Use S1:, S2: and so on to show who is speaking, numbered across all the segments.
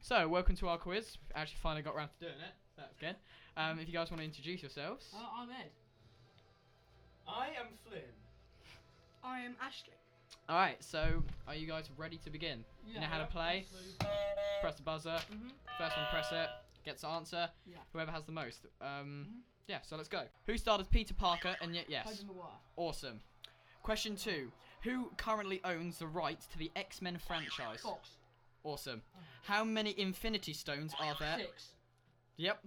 S1: So, welcome to our quiz. We've actually finally got around to doing it. so That's good. Um, if you guys want to introduce yourselves.
S2: Uh, I'm Ed.
S3: I am Flynn.
S4: I am Ashley.
S1: All right. So, are you guys ready to begin? you know how to
S3: yeah,
S1: play.
S3: absolutely.
S1: Press the buzzer.
S2: Mhm.
S1: First one, press it. Gets the answer.
S2: Yeah.
S1: Whoever has the most. Um,
S2: Mhm.
S1: Yeah. So let's go. Who starred as Peter Parker? And yet, yes.
S2: Hiding the wire.
S1: Awesome. Question two. Who currently owns the rights to the X Men franchise?
S2: Fox.
S1: Awesome.
S2: Oh.
S1: How many Infinity Stones are there?
S2: Six.
S1: Yep.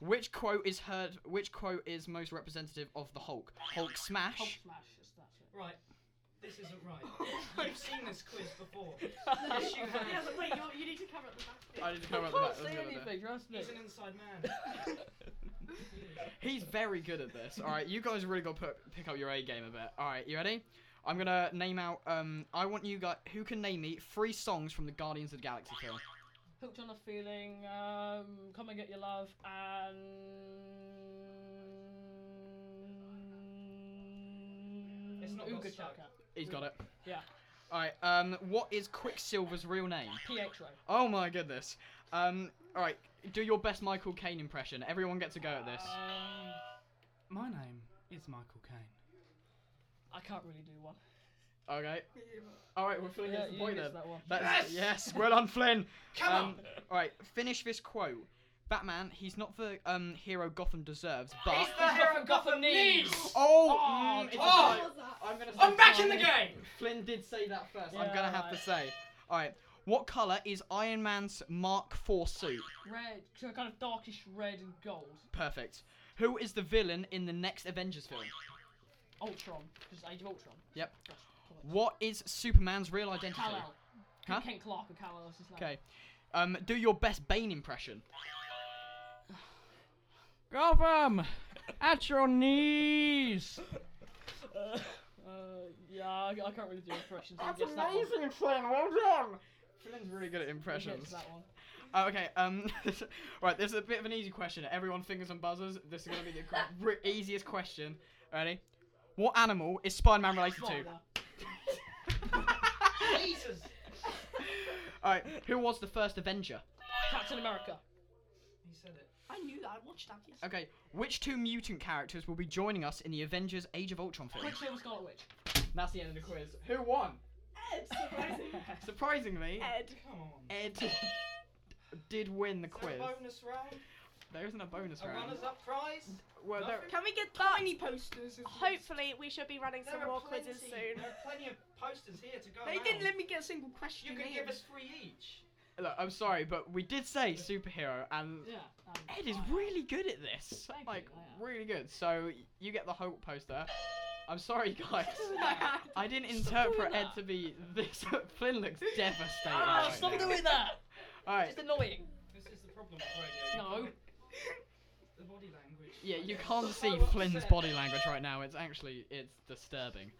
S1: Which quote is heard? Which quote is most representative of the Hulk? Hulk smash.
S2: Hulk smash. That's, that's it.
S3: Right, this isn't right. You've seen this quiz before. Yes, you
S4: Yeah,
S3: have.
S4: but wait, you're, you need to cover up the back.
S1: I need to cover
S2: I
S1: up the back.
S2: can't
S1: that was
S2: say
S1: the other bit.
S2: anything. Trust me.
S3: He's an inside man.
S1: He's very good at this. All right, you guys really got to pick up your A game a bit. All right, you ready? I'm gonna name out. Um, I want you guys. Who can name me three songs from the Guardians of the Galaxy film?
S2: Hooked on a feeling. Um, come and get your love. And.
S3: It's not
S2: Ooga
S3: got stuck.
S2: Chaka.
S1: He's got it.
S2: Yeah.
S1: All right. Um, what is Quicksilver's real name?
S2: Pietro.
S1: Oh my goodness. Um, all right. Do your best Michael Caine impression. Everyone gets a go at this.
S2: Um,
S5: My name is Michael Caine.
S2: I can't really do one.
S1: Okay. All right. We're filling
S2: Yeah,
S1: in the
S2: you
S1: point then.
S2: missed that one.
S1: That's, yes.
S3: Yes!
S1: Well done, Flynn.
S3: Come
S1: um, All right. Finish this quote. Batman. He's not the um hero Gotham deserves, but.
S3: He's the hero Gotham needs!
S1: Oh,
S2: Oh,
S1: mm, it's a
S3: oh.
S1: tie.
S4: What was that?
S1: I'm gonna. Say
S3: I'm back in the
S1: tie.
S3: game!
S1: Flynn did say that first. I'm
S2: Yeah,
S1: gonna have to
S2: right.
S1: say. All right. What color is Iron Man's Mark IV suit?
S2: Red. So kind of darkish red and gold.
S1: Perfect. Who is the villain in the next Avengers film?
S2: Ultron. Because Age of Ultron.
S1: Yep.
S2: That's cool.
S1: What is Superman's real identity?
S2: Kal-El.
S1: Huh?
S2: Kent Clark and Kal-El is his name.
S1: Okay. Um, do your best Bane impression.
S5: Gotham! At your knees!
S2: Uh, yeah, I, I can't really do impressions. I guess that one.
S1: Flynn. Well done. Flynn's really good at
S2: I guess
S1: impressions.
S2: That one.
S1: Oh, okay. Um, right. This is a bit of an easy question. Everyone fingers on buzzers. This is gonna be the gr- r- easiest question. Ready? What animal is Spider-Man related to?
S2: Spider.
S3: Jesus!
S1: All right. Who was the first Avenger?
S2: Captain America.
S3: He said it.
S4: I knew that. I watched that. Yes.
S1: Okay. Which two mutant characters will be joining us in the Avengers: Age of Ultron film?
S2: Quicksilver Scarlet Witch.
S1: That's the end of the quiz. Who won?
S4: Ed, surprising.
S1: Surprisingly,
S4: Ed.
S3: Come on.
S1: Ed did win the
S3: Is
S1: quiz.
S3: there a bonus round?
S1: There isn't a bonus
S3: A
S1: round.
S3: runners up prize?
S1: Well, there,
S3: Nothing?
S4: Can we get tiny posters? Hopefully, we should be running
S3: There
S4: some
S3: are
S4: more
S3: plenty-
S4: quizzes soon.
S3: There are plenty of posters here to go.
S4: They
S3: around.
S4: didn't let me get a single question.
S3: You can
S4: in.
S3: give us three each.
S1: look, I'm sorry, but we did say superhero, and
S2: Yeah. um,
S1: Ed is
S2: I-
S1: really good at this.
S2: Thank
S1: like,
S2: you, yeah.
S1: really good. So you get the Hulk poster. I'm sorry, guys.
S4: I
S1: I didn't interpret Ed
S2: that.
S1: to be this. Flynn looks devastated.
S2: Ah,
S1: right
S2: stop
S1: now.
S2: doing that!
S1: All right.
S2: It's annoying.
S3: This is the problem with radio.
S2: No.
S3: You can't- The body language.
S1: Yeah, you
S3: I'm
S1: can't
S3: so
S1: see
S3: upset.
S1: Flynn's body language right now. It's actually it's disturbing.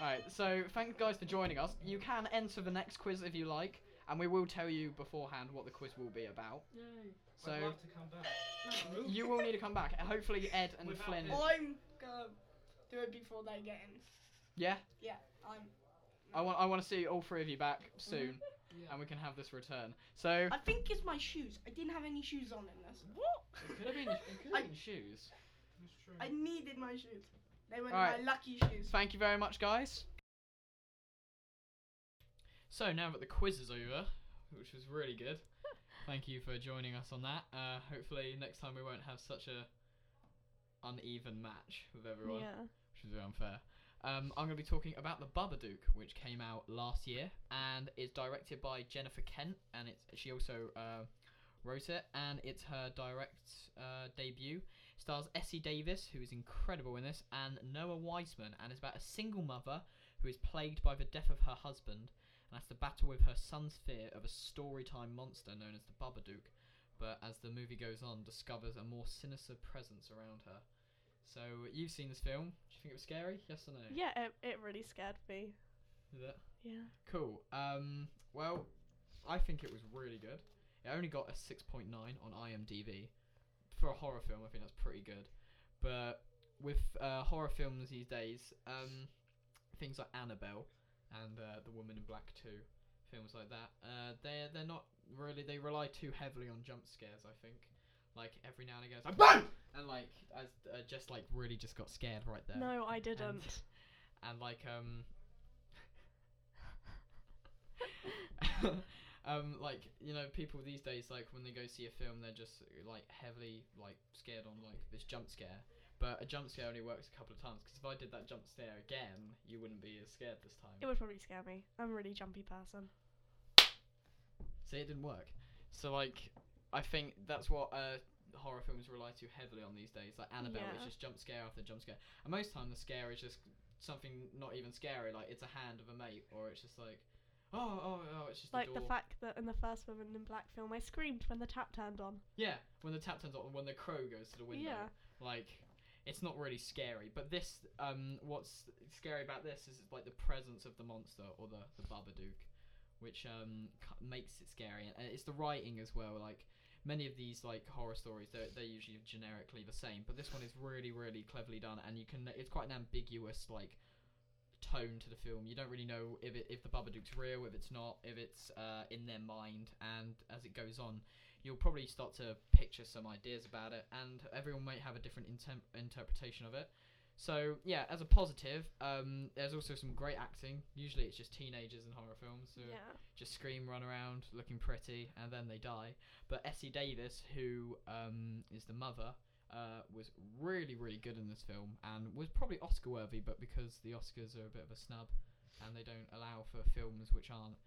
S1: Alright, so thanks guys for joining us. You can enter the next quiz if you like, and we will tell you beforehand what the quiz will be about.
S3: I'd
S1: So
S3: love to come back. No.
S1: you will need to come back. Hopefully Ed and
S3: Without
S1: Flynn.
S3: Ed.
S4: I'm gonna do it before they get in.
S1: Yeah,
S4: Yeah, I'm.
S1: I want I want to see all three of you back soon,
S2: Yeah.
S1: and we can have this return. So
S4: I think it's my shoes. I didn't have any shoes on in this.
S1: it
S4: What?
S1: could have been it could
S4: I-
S1: have been shoes.
S3: That's true.
S4: I needed my shoes. They were
S1: Alright.
S4: my lucky shoes.
S1: Thank you very much, guys. So now that the quiz is over, which was really good, thank you for joining us on that. Uh, hopefully next time we won't have such a uneven match with everyone, which is very unfair. Um, I'm going to be talking about the Babadook, which came out last year and is directed by Jennifer Kent, and it's she also uh, wrote it, and it's her direct uh, debut stars Essie Davis, who is incredible in this, and Noah Weisman, and is about a single mother who is plagued by the death of her husband and has to battle with her son's fear of a storytime monster known as the Babadook, but as the movie goes on, discovers a more sinister presence around her. So you've seen this film? Do you think it was scary? Yes or no?
S6: Yeah, it, it really scared me.
S1: Is it?
S6: Yeah.
S1: Cool. Um, well, I think it was really good. It only got a 6.9 on IMDb. For a horror film, I think that's pretty good. But with uh, horror films these days, um, things like Annabelle and uh, The Woman in Black 2, films like that, uh, they're, they're not really they rely too heavily on jump scares. I think, like every now and again, it's like boom, and like as uh, just like really just got scared right there.
S6: No, I didn't.
S1: and like um um like you know people these days like when they go see a film they're just like heavily like scared on like this jump scare but a jump scare only works a couple of times because if i did that jump scare again you wouldn't be as scared this time
S6: It would probably scare me. I'm a really jumpy person.
S1: See, it didn't work. So like, I think that's what uh, horror films rely too heavily on these days. Like Annabelle, it's
S6: Yeah.
S1: just jump scare after jump scare, and most time the scare is just something not even scary. Like it's a hand of a mate, or it's just like, oh, oh, oh, it's just
S6: Like
S1: a
S6: the
S1: door.
S6: fact that in the first Women in Black film, I screamed when the tap turned on.
S1: yeah, when the tap turns on, when the crow goes to the window.
S6: Yeah.
S1: Like, it's not really scary. But this, um, what's scary about this is like the presence of the monster or the the Babadook, which um ki- makes it scary, and uh, it's the writing as well. Like many of these like horror stories, they're they're usually generically the same, but this one is really really cleverly done, and you can it's quite an ambiguous like tone to the film. You don't really know if it if the Babadook's real, if it's not, if it's uh in their mind, and as it goes on. You'll probably start to picture some ideas about it, and everyone might have a different intem- interpretation of it. So yeah, as a positive, um, there's also some great acting. Usually, it's just teenagers in horror films who
S6: Yeah.
S1: just scream, run around, looking pretty, and then they die. But Essie Davis, who um, is the mother, uh, was really, really good in this film and was probably Oscar worthy, but because the Oscars are a bit of a snub and they don't allow for films which aren't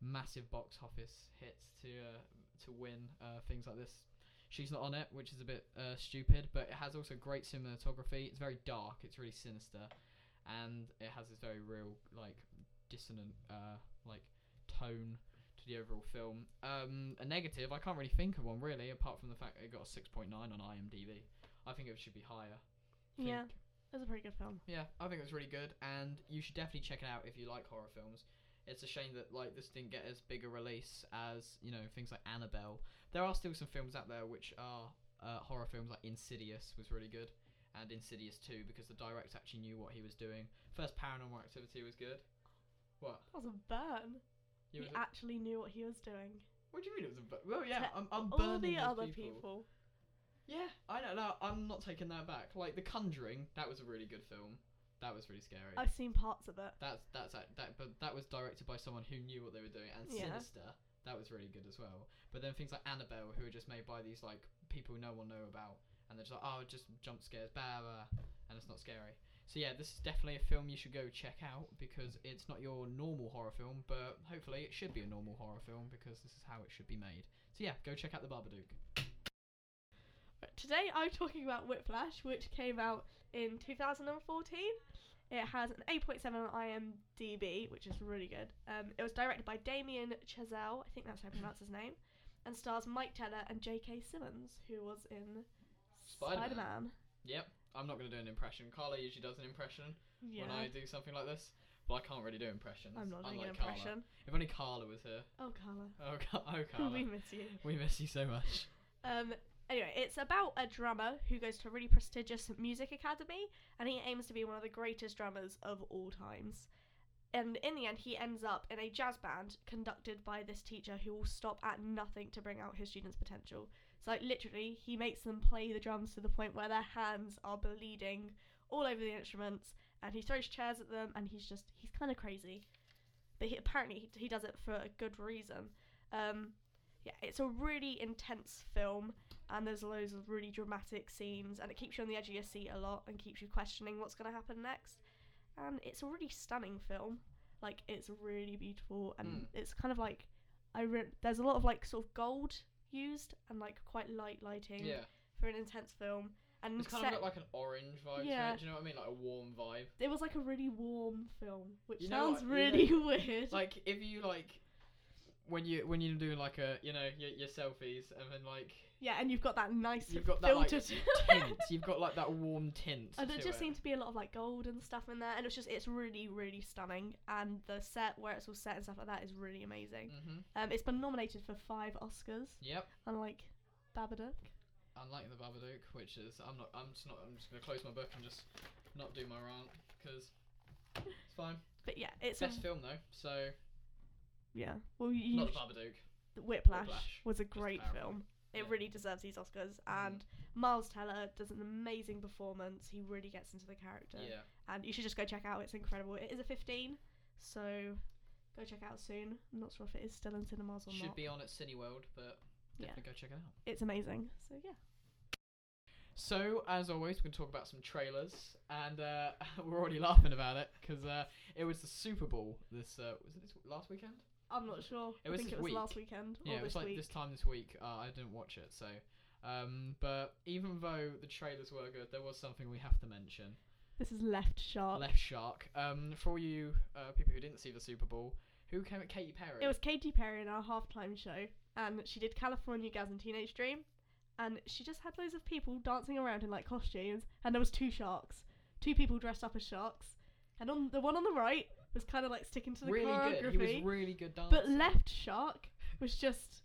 S1: massive box office hits to uh, to win uh, things like this. She's not on it, which is a bit uh, stupid, but it has also great cinematography. It's very dark, it's really sinister, and it has this very real, like, dissonant, uh, like, tone to the overall film. Um, a negative, I can't really think of one really, apart from the fact that it got a six point nine on IMDb. I think it should be higher. Think-
S6: Yeah. It was a pretty good film.
S1: yeah, I think it was really good, and you should definitely check it out if you like horror films. It's a shame that like this didn't get as big a release as you know things like Annabelle. There are still some films out there which are uh, horror films, like Insidious was really good, and Insidious Two because the director actually knew what he was doing. First Paranormal Activity was good. What?
S6: That was a burn.
S1: You
S6: he
S1: was a-
S6: actually knew what he was doing.
S1: what do you mean it was a bu- Well, yeah,
S6: To
S1: I'm, I'm burning
S6: All the
S1: those
S6: other
S1: people.
S6: people.
S1: Yeah, I don't know. I'm not taking that back. Like The Conjuring, that was a really good film. That was really scary.
S6: I've seen parts of it.
S1: That's that's act- that, but that was directed by someone who knew what they were doing, and
S6: Yeah.
S1: Sinister that was really good as well. But then things like Annabelle, who are just made by these like people no one know about, and they're just like, oh, just jump scares, blah blah, and it's not scary. So yeah, this is definitely a film you should go check out because it's not your normal horror film, but hopefully it should be a normal horror film because this is how it should be made. So yeah, go check out the Babadook.
S6: But today I'm talking about Whiplash, which came out in 2014. It has an 8.7 on IMDb, which is really good. Um, it was directed by Damien Chazelle, I think that's how you pronounce his name, and stars Mike Teller and J.K. Simmons, who was in
S1: Spider-Man.
S6: Spider Man.
S1: I'm not gonna do an impression. Carla usually does an impression
S6: Yeah,
S1: when I do something like this, but I can't really do impressions.
S6: I'm not doing an
S1: unlike Carla.
S6: impression.
S1: If only Carla was here.
S6: Oh, Carla.
S1: Oh, Ca- oh Carla.
S6: we miss you.
S1: we miss you so much.
S6: Um, anyway, it's about a drummer who goes to a really prestigious music academy and he aims to be one of the greatest drummers of all times. And in the end, he ends up in a jazz band conducted by this teacher who will stop at nothing to bring out his students' potential. So, like, literally, he makes them play the drums to the point where their hands are bleeding all over the instruments and he throws chairs at them and he's just, he's kind of crazy. But he, apparently, he, he does it for a good reason. Um, yeah, it's a really intense film, and there's loads of really dramatic scenes, and it keeps you on the edge of your seat a lot, and keeps you questioning what's going to happen next. And it's a really stunning film. Like it's really beautiful, and
S1: Mm.
S6: it's kind of like I re- there's a lot of like sort of gold used and like quite light lighting
S1: Yeah,
S6: for an intense film. And
S1: it's kind
S6: set-
S1: of got like an orange vibe. To
S6: Yeah.
S1: it. Do you know what I mean? Like a warm vibe.
S6: it was like a really warm film, which
S1: You know
S6: sounds
S1: what, you know-
S6: really weird.
S1: Like if you like, when you when you do like a you know your, your selfies and then like
S6: yeah, and you've got that nice
S1: you've got that like
S6: filter
S1: tint.
S6: to it.
S1: You've got like that warm tint.
S6: And there
S1: to
S6: Oh, just
S1: it.
S6: seemed to be a lot of like gold and stuff in there, and it's just it's really really stunning. And the set where it's all set and stuff like that is really amazing.
S1: Mm-hmm.
S6: Um, it's been nominated for five Oscars,
S1: Yep.
S6: unlike Babadook.
S1: Unlike the Babadook, which is I'm not I'm just not I'm just gonna close my book and just not do my rant because it's fine.
S6: But yeah, it's a,
S1: Best film though, so
S6: yeah. Well, you
S1: not the
S6: you sh-
S1: Babadook.
S6: Whiplash,
S1: Whiplash.
S6: was a
S1: Just
S6: great
S1: powerful.
S6: film. It
S1: Yeah. Mm.
S6: really deserves these Oscars. And Miles Teller does an amazing performance. He really gets into the character.
S1: Yeah.
S6: And you should just go check it out. It's incredible. It is a 15, so go check it out soon. I'm not sure if it is still in cinemas or
S1: Should
S6: not.
S1: be on at Cineworld, but
S6: Yeah.
S1: definitely go check it out.
S6: It's amazing. So yeah.
S1: So, as always, we're going to talk about some trailers, and uh, we're already laughing about it because uh, it was the Super Bowl this uh, was it this last weekend?
S6: I'm not sure.
S1: It
S6: I
S1: was
S6: think
S1: this
S6: it was
S1: week.
S6: last weekend
S1: Yeah,
S6: or
S1: it was
S6: this
S1: like
S6: week.
S1: this time this week. Uh, I didn't watch it, so. Um, but even though the trailers were good, there was something we have to mention.
S6: This is Left Shark.
S1: Left Shark. Um, for all you uh, people who didn't see the Super Bowl, who came at Katy Perry?
S6: It was Katy Perry in our halftime show, and she did California Girls and Teenage Dream, and she just had loads of people dancing around in like costumes, and there was two sharks, two people dressed up as sharks, and on the one on the right was kind of like sticking to the
S1: really good.
S6: choreography,
S1: He was really good dancer.
S6: but Left Shark was just,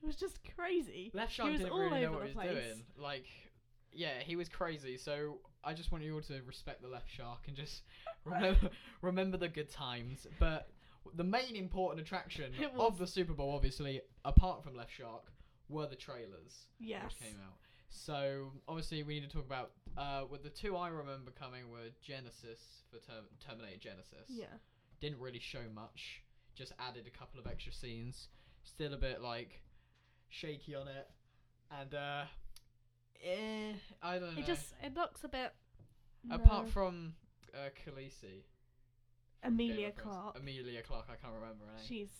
S6: it was just crazy.
S1: Left Shark
S6: was
S1: didn't
S6: all
S1: really know
S6: over
S1: what
S6: the
S1: he was
S6: place.
S1: doing. Like, yeah, he was crazy. So I just want you all to respect the Left Shark and just remember, remember the good times. But the main important attraction
S6: It
S1: of
S6: was-
S1: the Super Bowl, obviously, apart from Left Shark, were the trailers
S6: Yes,
S1: which came out. So obviously we need to talk about uh, with the two I remember coming were Genesis for Term- Terminator Genesis.
S6: yeah,
S1: Didn't really show much. Just added a couple of extra scenes. Still a bit like shaky on it, and uh, eh, I don't know.
S6: it just it looks a bit.
S1: apart
S6: no.
S1: from uh, Khaleesi, Game
S6: Amelia
S1: of Thrones-
S6: Clark,
S1: Amelia Clark, I can't remember her name.
S6: she's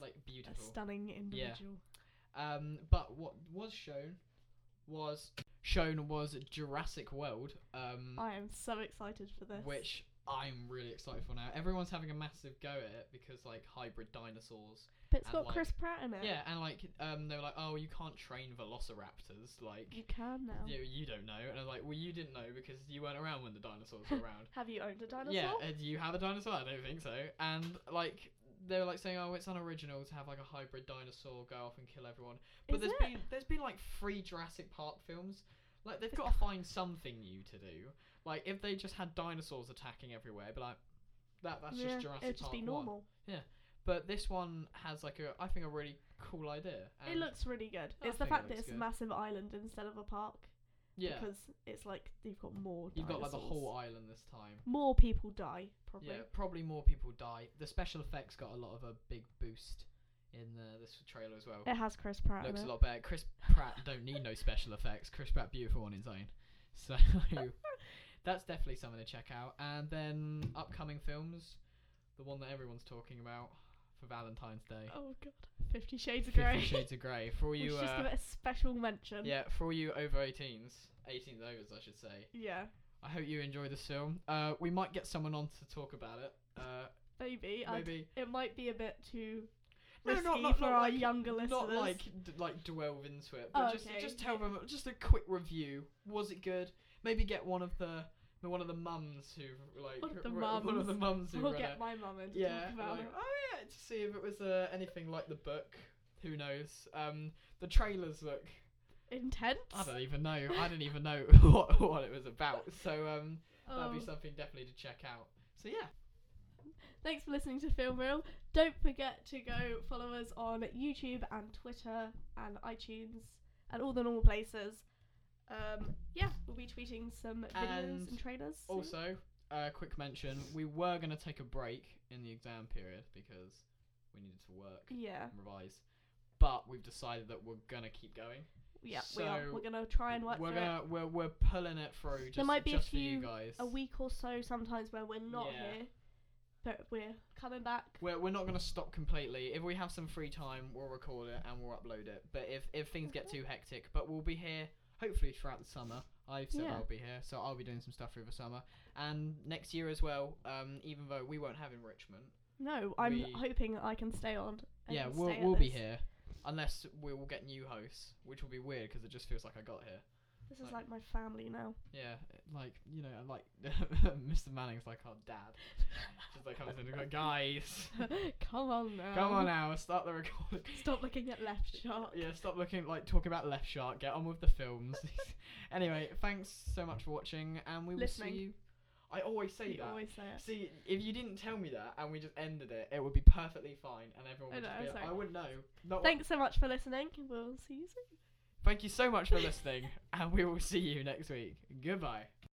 S1: like
S6: a
S1: beautiful.
S6: stunning individual.
S1: Um, but what was shown was shown was Jurassic World. Um,
S6: I am so excited for this.
S1: which I'm really excited for now. Everyone's having a massive go at it because like hybrid dinosaurs.
S6: But it's
S1: and,
S6: got
S1: like-
S6: Chris Pratt in it.
S1: Yeah, and like um, they were like, oh, you can't train velociraptors. Like,
S6: You can now.
S1: you, you don't know. And I was like, well, you didn't know because you weren't around when the dinosaurs were around.
S6: Have you owned a dinosaur?
S1: Yeah, uh, do you have a dinosaur? I don't think so. And like they were like saying, oh, it's unoriginal to have like a hybrid dinosaur go off and kill everyone. But
S6: Is
S1: there's
S6: it?
S1: been there's been like three Jurassic Park films. Like they've got to find something new to do. Like if they just had dinosaurs attacking everywhere, but like that that's
S6: Yeah,
S1: just Jurassic
S6: It would just
S1: Park
S6: be
S1: One.
S6: normal.
S1: But this one has like a I think a really cool idea. And
S6: It looks really good.
S1: I
S6: it's the
S1: think it
S6: fact that
S1: looks
S6: it's a
S1: good.
S6: massive island instead of a park.
S1: yeah.
S6: Because it's like you've got more.
S1: You've got like the
S6: dinosaurs.
S1: whole island this time.
S6: More people die probably.
S1: Yeah, probably more people die. The special effects got a lot of a big boost in the, this trailer as well.
S6: It has Chris Pratt
S1: looks a
S6: in it.
S1: lot better. Chris Pratt don't need no special effects. Chris Pratt beautiful on his own. So that's definitely something to check out. And then upcoming films, the one that everyone's talking about for Valentine's Day,
S6: Oh god, Fifty Shades of
S1: Fifty
S6: Grey.
S1: Shades of Grey. For all
S6: we
S1: you,
S6: should just
S1: uh,
S6: give it a special mention.
S1: yeah, for all you over 18s, 18s overs, I should say.
S6: Yeah,
S1: I hope you enjoy this film. Uh, we might get someone on to talk about it. Uh,
S6: maybe. I'd-
S1: maybe
S6: it might be a bit too
S1: No,
S6: risky
S1: not- not-
S6: for
S1: not
S6: our
S1: like-
S6: younger listeners.
S1: not like d- like delve into it, but
S6: Oh,
S1: just
S6: okay.
S1: just tell them just a quick review. Was it good? Maybe get one of the one of the mums who like
S6: One of the
S1: re- one of the mums who
S6: We'll
S1: read
S6: get
S1: it.
S6: my mum in to
S1: yeah,
S6: talk about
S1: like,
S6: it.
S1: oh yeah, to see if it was uh, anything like the book. Who knows? Um, the trailers look.
S6: Intense.
S1: I don't even know. I didn't even know what what it was about. So um, that'd
S6: Oh.
S1: be something definitely to check out. So yeah,
S6: Thanks for listening to Film Reel. Don't forget to go follow us on YouTube and Twitter and iTunes and all the normal places. Um, yeah, we'll be tweeting some videos and,
S1: And
S6: trailers. soon.
S1: Also, uh, quick mention: we were going to take a break in the exam period because we needed to work
S6: yeah,
S1: and revise, but we've decided that we're gonna keep going.
S6: yeah, we are.
S1: So,
S6: We're gonna try and work
S1: we're
S6: through
S1: gonna we're we're pulling it through. Just,
S6: might be a
S1: just
S6: few-
S1: for you guys.
S6: it. A week or so sometimes where we're not
S1: Yeah.
S6: here, but we're coming back.
S1: We're, we're not gonna stop completely. If we have some free time, we'll record it and we'll upload it. But if if things get too hectic, but we'll be here hopefully throughout the summer. I've said
S6: Yeah.
S1: I'll be here, so I'll be doing some stuff through the summer and next year as well. Um, even though we won't have enrichment.
S6: No, I'm
S1: We-
S6: hoping I can stay on. and
S1: yeah,
S6: stay
S1: we'll
S6: at
S1: we'll be
S6: this.
S1: here, unless we will get new hosts, which will be weird because it just feels like I got here.
S6: This is like my family now.
S1: Yeah, like you know, like Mr. Manning's like our dad. Just like comes in and goes, guys,
S6: Come on now.
S1: come on now, start the recording.
S6: Stop looking at left shark.
S1: Yeah, stop looking like talking about Left Shark. Get on with the films. anyway, thanks so much for watching, and we will
S6: Listening.
S1: see you. I always say
S6: You
S1: that.
S6: always say it.
S1: See, if you didn't tell me that and we just ended it, it would be perfectly fine, and everyone
S6: I
S1: would
S6: know,
S1: just be like,
S6: sorry.
S1: I would know. Not what-
S6: Thanks so much for listening. We'll see you soon.
S1: Thank you so much for listening, and we will see you next week. Goodbye.